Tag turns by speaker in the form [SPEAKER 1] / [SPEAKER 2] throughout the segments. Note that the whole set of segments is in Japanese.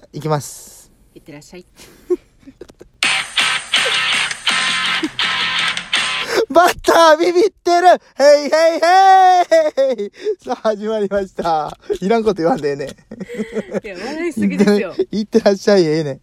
[SPEAKER 1] あ行きます
[SPEAKER 2] いってらっしゃい
[SPEAKER 1] バッタービビってるヘイヘイヘイさあ始まりましたいらんこと言わんでええね
[SPEAKER 2] いや笑いすぎです よ
[SPEAKER 1] いってらっし ゃいええね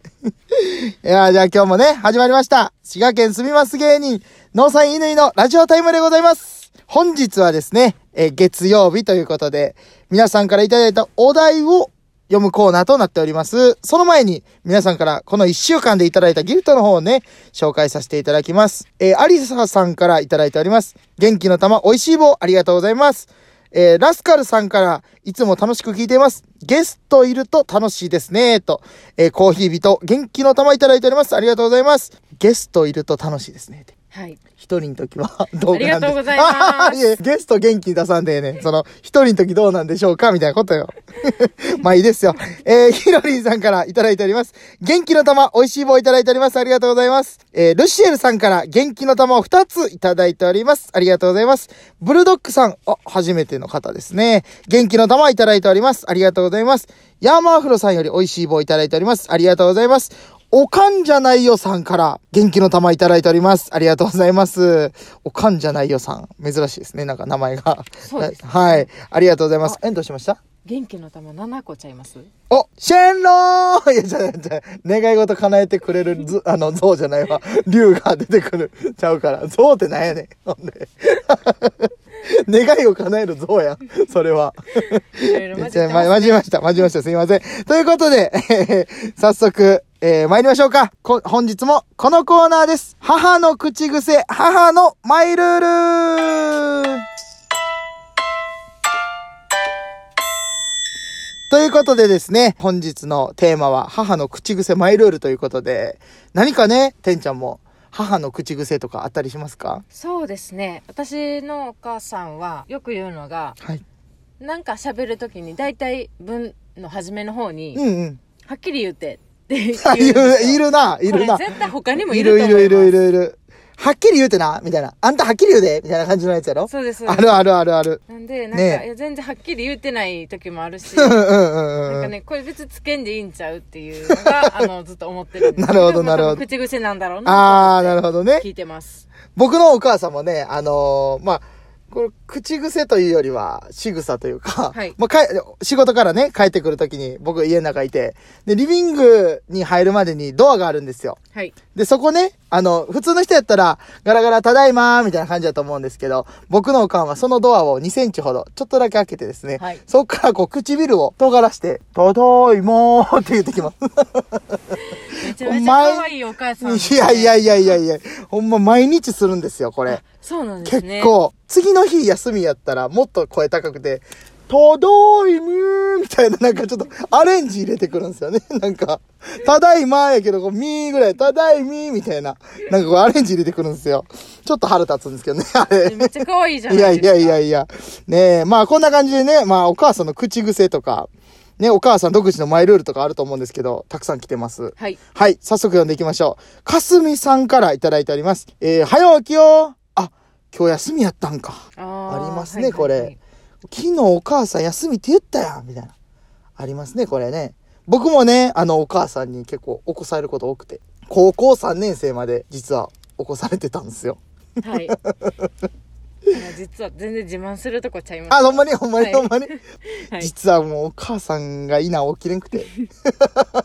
[SPEAKER 1] いやあじゃあ今日もね始まりました滋賀県住みます芸人農産乾のラジオタイムでございます本日はですねえー月曜日ということで皆さんからいただいたお題を読むコーナーとなっております。その前に皆さんからこの1週間でいただいたギフトの方をね、紹介させていただきます。えー、アリサさんからいただいております。元気の玉、美味しい棒、ありがとうございます。えー、ラスカルさんから、いつも楽しく聞いています。ゲストいると楽しいですね、と。えー、コーヒー人、元気の玉いただいております。ありがとうございます。ゲストいると楽しいですね、って
[SPEAKER 2] はい
[SPEAKER 1] 一人の時はどうなんで
[SPEAKER 2] ありがとうございます
[SPEAKER 1] いえゲスト元気に出さんでええねん。その、一人の時どうなんでしょうかみたいなことよ。 まあいいですよ。えー、ヒロリンさんからいただいております。元気の玉、美味しい棒いただいております。ありがとうございます。えー、ルシエルさんから元気の玉を2ついただいております。ありがとうございます。ブルドックさん、あ、初めての方ですね。元気の玉いただいております。ありがとうございます。ヤーマーフロさんより美味しい棒いただいております。ありがとうございます。おかんじゃないよさんから元気の玉いただいております。ありがとうございます。おかんじゃないよさん。珍しいですね。なんか名前が。
[SPEAKER 2] そうですね
[SPEAKER 1] はい。ありがとうございます。え、どうしました
[SPEAKER 2] 元気の玉7個ちゃいます
[SPEAKER 1] お、シェンローンい や、じゃじゃ願い事叶えてくれるず、あの、像じゃないわ。竜が出てくる。ちゃうから。像ってなんやねん。ほんで。 願いを叶える像やん。それは。
[SPEAKER 2] いろいろ
[SPEAKER 1] ま
[SPEAKER 2] 混
[SPEAKER 1] じ
[SPEAKER 2] じ
[SPEAKER 1] ま
[SPEAKER 2] ってます
[SPEAKER 1] じました。まじました。すいません。ということで、 えー早速、えー参りましょうか。こ本日もこのコーナーです。母の口癖、母のマイルールということでですね、本日のテーマは母の口癖マイルールということで、何かね、てんちゃんも母の口癖とかあったりしますか
[SPEAKER 2] そうですね私のお母さんはよく言うのが
[SPEAKER 1] はい。
[SPEAKER 2] なんか喋るときに大体文の初めの方に、
[SPEAKER 1] うんうん。
[SPEAKER 2] はっきり言ってって言
[SPEAKER 1] あ、 いる、い
[SPEAKER 2] る
[SPEAKER 1] るな、いるな。
[SPEAKER 2] 絶対他にもい
[SPEAKER 1] い
[SPEAKER 2] る
[SPEAKER 1] る
[SPEAKER 2] と
[SPEAKER 1] い
[SPEAKER 2] 思
[SPEAKER 1] る
[SPEAKER 2] います
[SPEAKER 1] いるいるいる。はっきり言うてな、みたいな。あんたはっきり言うで、みたいな感じのやつやろ
[SPEAKER 2] そうです
[SPEAKER 1] あるあるあるある。
[SPEAKER 2] なんでなんか、
[SPEAKER 1] ねえ
[SPEAKER 2] いや全然はっきり言ってない時もあるし
[SPEAKER 1] うん
[SPEAKER 2] な
[SPEAKER 1] うんうん
[SPEAKER 2] ん
[SPEAKER 1] う
[SPEAKER 2] か
[SPEAKER 1] ん。
[SPEAKER 2] ねこれ別につけんでいいんちゃうっていうの があのずっと思ってるんですけ
[SPEAKER 1] なるほどなるほど
[SPEAKER 2] まあ多分口癖なんだろうな
[SPEAKER 1] あー、なるほどね
[SPEAKER 2] と。聞いてます
[SPEAKER 1] 僕のお母さんもね、あのーまあ、これ、口癖というよりは、仕草というか、
[SPEAKER 2] はい
[SPEAKER 1] まあ、かえ仕事からね、帰ってくるときに、僕家の中いて、で、リビングに入るまでにドアがあるんですよ。
[SPEAKER 2] はい
[SPEAKER 1] で、そこね、あの、普通の人やったら、ガラガラただいまーみたいな感じだと思うんですけど、僕のおかんはそのドアを2センチほど、ちょっとだけ開けてですね、
[SPEAKER 2] はい
[SPEAKER 1] そっからこう唇を尖らして、ただいまーって言ってきます。
[SPEAKER 2] めちゃめちゃ可愛いお母さん、
[SPEAKER 1] いやいやいやいやいや、ほんま毎日するんですよ、これ。
[SPEAKER 2] そうなんです
[SPEAKER 1] 結
[SPEAKER 2] ね
[SPEAKER 1] 構、次の日休みやったら、もっと声高くて、ただいまーみたいな、なんかちょっとアレンジ入れてくるんですよね。 なんか、ただいまーやけど、こう、みーぐらい、ただいみーみたいな、なんかこうアレンジ入れてくるんですよ。ちょっと腹立つんですけどね、 あれ。
[SPEAKER 2] めっちゃ可愛いじゃない
[SPEAKER 1] い
[SPEAKER 2] です
[SPEAKER 1] や
[SPEAKER 2] か
[SPEAKER 1] いやいやいや。ねえ、まあこんな感じでね、まあお母さんの口癖とか、ね、お母さん独自のマイルールとかあると思うんですけど、たくさん来てます。
[SPEAKER 2] はい
[SPEAKER 1] はい、早速読んでいきましょう。かすみさんからいただいております。えー、早起きよあ、今日休みやったんか。
[SPEAKER 2] あ
[SPEAKER 1] あ
[SPEAKER 2] ー
[SPEAKER 1] ります
[SPEAKER 2] は
[SPEAKER 1] ね、
[SPEAKER 2] いはい
[SPEAKER 1] こ
[SPEAKER 2] はい
[SPEAKER 1] れ。昨日お母さん休みって言ったやん、みたいな。ありますね、これね。僕もね、あの、お母さんに結構起こされること多くて、高校3年生まで実は起こされてたんですよ。
[SPEAKER 2] はい。だから実は全然自慢するとこちゃいます。
[SPEAKER 1] あ、ほんまにほんまに
[SPEAKER 2] はい
[SPEAKER 1] ほんまに。
[SPEAKER 2] はい
[SPEAKER 1] 実はもうお母さんがいな起きれんくて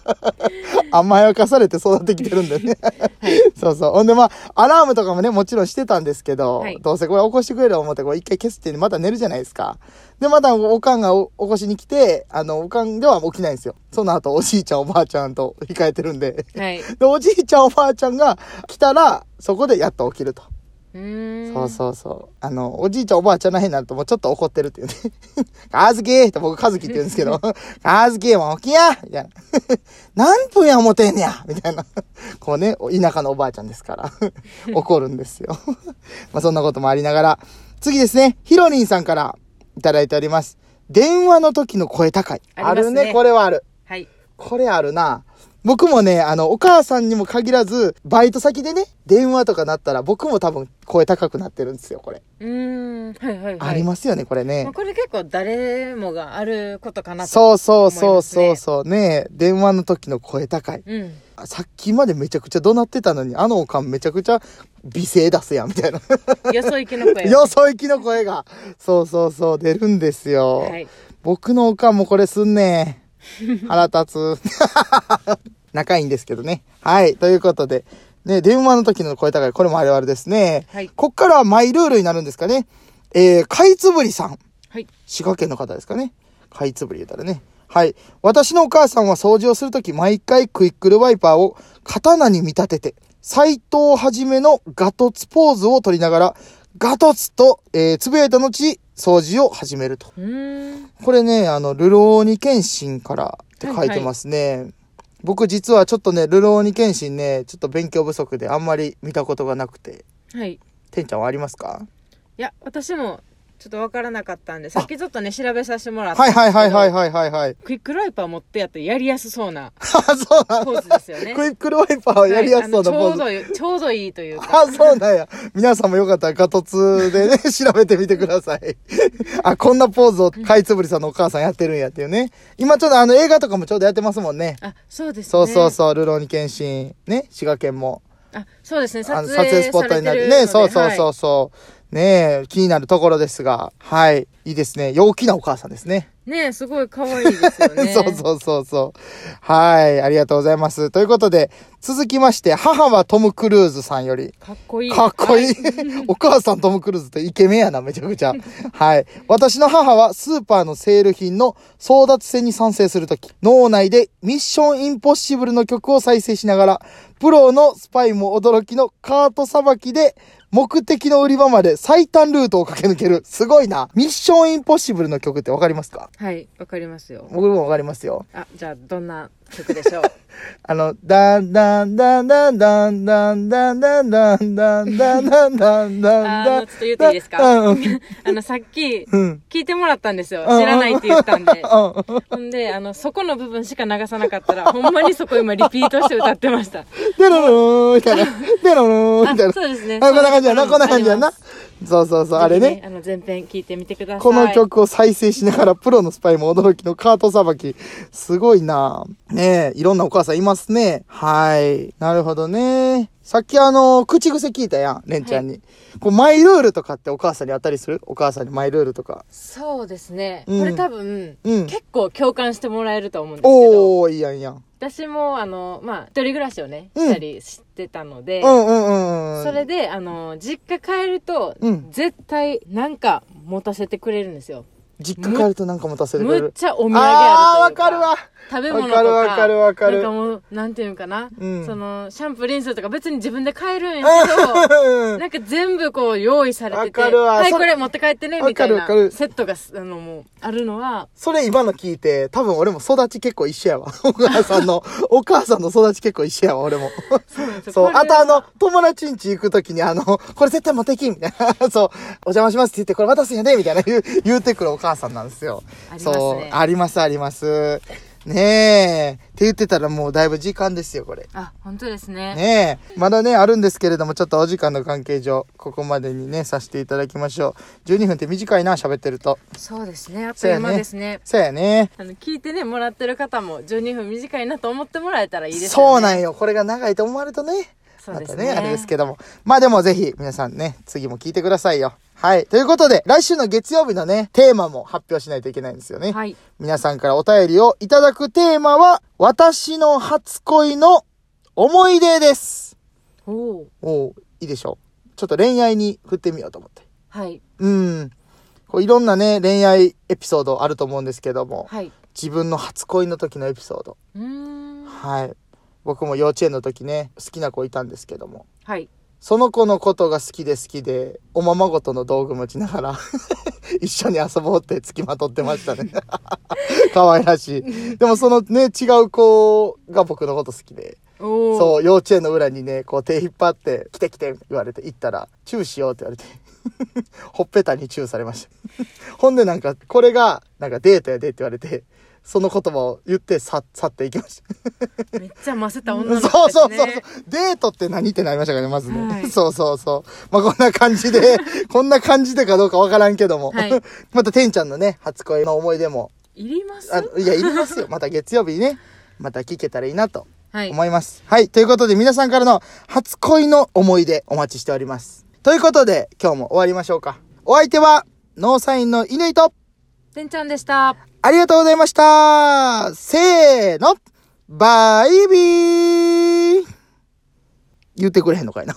[SPEAKER 1] 甘やかされて育ってきてるんだよね そうそうほんでまあアラームとかもねもちろんしてたんですけど、
[SPEAKER 2] はい
[SPEAKER 1] どうせこれ起こしてくれる思ってこう一回消してまた寝るじゃないですかでまたおかんがお起こしに来てあのおかんでは起きないんですよその後おじいちゃんおばあちゃんと控えてるんで
[SPEAKER 2] はい。う
[SPEAKER 1] でおじいちゃんおばあちゃんが来たらそこでやっと起きると
[SPEAKER 2] ーん。
[SPEAKER 1] そうそうそう。あの、おじいちゃんおばあちゃんらへんになるともうちょっと怒ってるっていうね。 かずきって僕かずきって言うんですけ ど、かずきもう起きやみたいな。何分や思てんねやみたいな。こうね、お田舎のおばあちゃんですから。怒るんですよ。 まあそんなこともありながら。次ですね、ヒロリンさんからいただいております。電話の時の声高い。
[SPEAKER 2] ありますね
[SPEAKER 1] るね、これはある。
[SPEAKER 2] はい。
[SPEAKER 1] これあるな。僕もね、あの、お母さんにも限らず、バイト先でね、電話とかなったら、僕も多分声高くなってるんですよ、これ。
[SPEAKER 2] うーんはいはいはい
[SPEAKER 1] ありますよね、これ
[SPEAKER 2] ま
[SPEAKER 1] ね
[SPEAKER 2] あ。これ結構誰もがあることかなと
[SPEAKER 1] そうそうそう
[SPEAKER 2] 思い
[SPEAKER 1] そ
[SPEAKER 2] ま
[SPEAKER 1] う
[SPEAKER 2] す
[SPEAKER 1] そう。ね電話の時の声高い。
[SPEAKER 2] ねうん
[SPEAKER 1] あさっきまでめちゃくちゃ怒鳴ってたのに、あのおかんめちゃくちゃ美声出すやん、みたいな。
[SPEAKER 2] よそ行きの声
[SPEAKER 1] よそ行きの声が。そうそうそう、出るんですよ。
[SPEAKER 2] はい
[SPEAKER 1] 僕のおかんもこれすんね腹立つ。 仲いいんですけどね。はい。ということで。ね、電話の時の声高い。これもあるあるですね。
[SPEAKER 2] はい
[SPEAKER 1] こっからはマイルールになるんですかね。えー、かいつぶりさん。
[SPEAKER 2] はい
[SPEAKER 1] 滋賀県の方ですかね。かいつぶり言うたらね。はい。私のお母さんは掃除をするとき、毎回クイックルワイパーを刀に見立てて、斎藤はじめのガトツポーズを取りながら、ガトツと、えーつぶやいた後、掃除を始めると。
[SPEAKER 2] うーん
[SPEAKER 1] これね、あの、ルローニケンシンからって書いてますね。僕実はちょっとね、ルローニケンシンね、ちょっと勉強不足であんまり見たことがなくて。
[SPEAKER 2] はいい
[SPEAKER 1] てんちゃんはありますか
[SPEAKER 2] や私もちょっとわからなかったんでさっきちょっとね調べさせてもらった
[SPEAKER 1] はい
[SPEAKER 2] んですけど
[SPEAKER 1] はいはいはいはいはいはい。
[SPEAKER 2] クイックライパー持ってやってやりやすそうな
[SPEAKER 1] あ、 そうな
[SPEAKER 2] ポ
[SPEAKER 1] の
[SPEAKER 2] ーズですよ ね
[SPEAKER 1] クイックルワイパーはやりやすそうなポーズ。
[SPEAKER 2] はいあのちょうどいいちょうどいいとい うか
[SPEAKER 1] あ、そうなんや。皆さんもよかったらガトツで ね、調べてみてください。あ、こんなポーズをかいつぶりさんのお母さんやってるんやっていうね。今ちょうどあの映画とかもちょうどやってますもんね。
[SPEAKER 2] あそうですね
[SPEAKER 1] そうそうそう、ルローニケンシン。ね、滋賀県も。
[SPEAKER 2] あそうですね撮
[SPEAKER 1] あの
[SPEAKER 2] 影
[SPEAKER 1] 撮影スポットになる。ね、そうそうそううそう。ねえ、気になるところですが、はい。いいですね。陽気なお母さんですね。
[SPEAKER 2] ねすごい可愛いですよ ね
[SPEAKER 1] そうそうそうそう。はい。ありがとうございます。ということで、続きまして、母はトム・クルーズさんより、
[SPEAKER 2] かっこいい
[SPEAKER 1] かっこいい
[SPEAKER 2] は。
[SPEAKER 1] お母さんトム・クルーズってイケメンやな、めちゃくち ゃ。はい。私の母はスーパーのセール品の争奪戦に賛成するとき、脳内でミッション・インポッシブルの曲を再生しながら、プロのスパイも驚きのカートさばきで、目的の売り場まで最短ルートを駆け抜ける。すごいな。ミッション・インポッシブルの曲ってわかりますか
[SPEAKER 2] はいわかりますよ
[SPEAKER 1] 僕もわかりますよ。
[SPEAKER 2] あじゃあどんな曲でしょう
[SPEAKER 1] あの、だんだんだんだんだんだんだんだんだんだんだんだんだんだん
[SPEAKER 2] あ
[SPEAKER 1] だ
[SPEAKER 2] の
[SPEAKER 1] ん
[SPEAKER 2] ちょっと言っていいですか
[SPEAKER 1] うんうん
[SPEAKER 2] あのさっき
[SPEAKER 1] うん。
[SPEAKER 2] 聞いてもらったんですよ
[SPEAKER 1] うん
[SPEAKER 2] 知らないって言ったんで
[SPEAKER 1] うん
[SPEAKER 2] ほんであのそこの部分しか流さなかったらほんまにそこ今リピートして歌ってました
[SPEAKER 1] でろろーみたいな。でろろー
[SPEAKER 2] あ
[SPEAKER 1] みたいな。
[SPEAKER 2] そうですね
[SPEAKER 1] あ、こんな感じやな、
[SPEAKER 2] そう
[SPEAKER 1] こんな感じや
[SPEAKER 2] あ
[SPEAKER 1] な
[SPEAKER 2] り。
[SPEAKER 1] そうそうそう、あれ
[SPEAKER 2] ぜひ
[SPEAKER 1] ね。
[SPEAKER 2] あの前編聞いてみてください
[SPEAKER 1] この曲を再生しながらプロのスパイも驚きのカートさばき。すごいなねえ、いろんなお母さんいますね。はい。なるほどね。さっきあの、口癖聞いたやん、レンちゃんに。こう、マイルールとかってお母さんにあったりするお母さんにマイルールとか。
[SPEAKER 2] そうですね、
[SPEAKER 1] うん
[SPEAKER 2] これ多分、
[SPEAKER 1] うん
[SPEAKER 2] 結構共感してもらえると思うんですけど
[SPEAKER 1] おー、いいやんいいやん。
[SPEAKER 2] 私もあのまあ一人暮らしをね
[SPEAKER 1] うん
[SPEAKER 2] したりしてたので、
[SPEAKER 1] うんうんうんうん。
[SPEAKER 2] それであの実家帰ると、
[SPEAKER 1] うん
[SPEAKER 2] 絶対なんか持たせてくれるんですよ
[SPEAKER 1] 実家帰るとなんか持たせてくれ
[SPEAKER 2] むっ
[SPEAKER 1] る。
[SPEAKER 2] ちゃお土産
[SPEAKER 1] あー、
[SPEAKER 2] あ
[SPEAKER 1] わ
[SPEAKER 2] るとい
[SPEAKER 1] か
[SPEAKER 2] うか
[SPEAKER 1] るわ。
[SPEAKER 2] 食べ物と
[SPEAKER 1] わか
[SPEAKER 2] か
[SPEAKER 1] るわかるわかる
[SPEAKER 2] なんかもうなんていうんかな、
[SPEAKER 1] うん
[SPEAKER 2] そのシャンプーリンスとか別に自分で買えるんやけど
[SPEAKER 1] うん
[SPEAKER 2] なんか全部こう用意されてて、
[SPEAKER 1] わかるわ
[SPEAKER 2] はい、
[SPEAKER 1] そ
[SPEAKER 2] こ
[SPEAKER 1] れ
[SPEAKER 2] れ持って帰ってね、みたい
[SPEAKER 1] わ
[SPEAKER 2] な
[SPEAKER 1] かるわかる
[SPEAKER 2] セットがす、あの、もう、あるのは、
[SPEAKER 1] それ今の聞いて、多分俺も育ち結構一緒やわ。 お母さ んの、お母さんの育ち結構一緒やわ、俺も。
[SPEAKER 2] そうなんですよ
[SPEAKER 1] そう。
[SPEAKER 2] これ
[SPEAKER 1] あとあの、友達ん家行くときにあの、 これ絶対持ってきんみたいな。 そう。お邪魔しますって言って、これ渡すんやでみたいな言う、言うてくるお母さんなんですよ。
[SPEAKER 2] ありますね
[SPEAKER 1] そう。あります、あります。ねえ。って言ってたらもうだいぶ時間ですよ、これ。
[SPEAKER 2] あ、本当ですね。
[SPEAKER 1] ねえ。まだね、あるんですけれども、ちょっとお時間の関係上、ここまでにね、させていただきましょう。12分って短いな、喋ってると。
[SPEAKER 2] そうですね。あっ
[SPEAKER 1] そ
[SPEAKER 2] と
[SPEAKER 1] う
[SPEAKER 2] い
[SPEAKER 1] や
[SPEAKER 2] う
[SPEAKER 1] ね
[SPEAKER 2] 間ですね。
[SPEAKER 1] そうやね。
[SPEAKER 2] あの、聞いてね、もらってる方も12分短いなと思ってもらえたらいいですよね。
[SPEAKER 1] そうなんんよ。これが長いと思われるとね。
[SPEAKER 2] そうです
[SPEAKER 1] また
[SPEAKER 2] ね。
[SPEAKER 1] ね、あれですけども。まあでもぜひ、皆さんね、次も聞いてくださいよ。はい。ということで、来週の月曜日のね、テーマも発表しないといけないんですよね。
[SPEAKER 2] はい。
[SPEAKER 1] 皆さんからお便りをいただくテーマは、私の初恋の思い出です。
[SPEAKER 2] おお
[SPEAKER 1] おういいでしょう。ちょっと恋愛に振ってみようと思って。
[SPEAKER 2] はい。
[SPEAKER 1] うん。こういろんなね、恋愛エピソードあると思うんですけども、
[SPEAKER 2] はい。
[SPEAKER 1] 自分の初恋の時のエピソード。
[SPEAKER 2] うーん。
[SPEAKER 1] はい。僕も幼稚園の時ね、好きな子いたんですけども、
[SPEAKER 2] はい。
[SPEAKER 1] その子のことが好きで好きで、おままごとの道具持ちながら、 一緒に遊ぼうって付きまとってましたね。 可愛らしい。でもそのね、違う子が僕のこと好きで、
[SPEAKER 2] おお
[SPEAKER 1] そう、幼稚園の裏にね、こう手引っ張って、来て来てって言われて行ったら、チューしようって言われて、 ほっぺたにチューされました。ほんでなんか、これが、なんかデートやでって言われて、その言葉を言って去去っていきま した。
[SPEAKER 2] めっちゃませた
[SPEAKER 1] そう
[SPEAKER 2] 女の子
[SPEAKER 1] そうそう
[SPEAKER 2] です
[SPEAKER 1] そう
[SPEAKER 2] ね。。
[SPEAKER 1] デートって何ってなりましたからね、まずね。
[SPEAKER 2] はい
[SPEAKER 1] そうそうそう。まあ、こんな感じ で、こんな感じでかどうかわからんけども。
[SPEAKER 2] はい
[SPEAKER 1] また、てんちゃんのね、初恋の思い出も。
[SPEAKER 2] いります
[SPEAKER 1] あいや、いりますよ。また月曜日にね、また聞けたらいいなと
[SPEAKER 2] はい。
[SPEAKER 1] 思います。はい、ということで、皆さんからの初恋の思い出お待ちしております。ということで、今日も終わりましょうか。お相手は、ノーサインの乾と、
[SPEAKER 2] てんちゃんでした。
[SPEAKER 1] ありがとうございましたせーのバイビー言ってくれへんのかいな。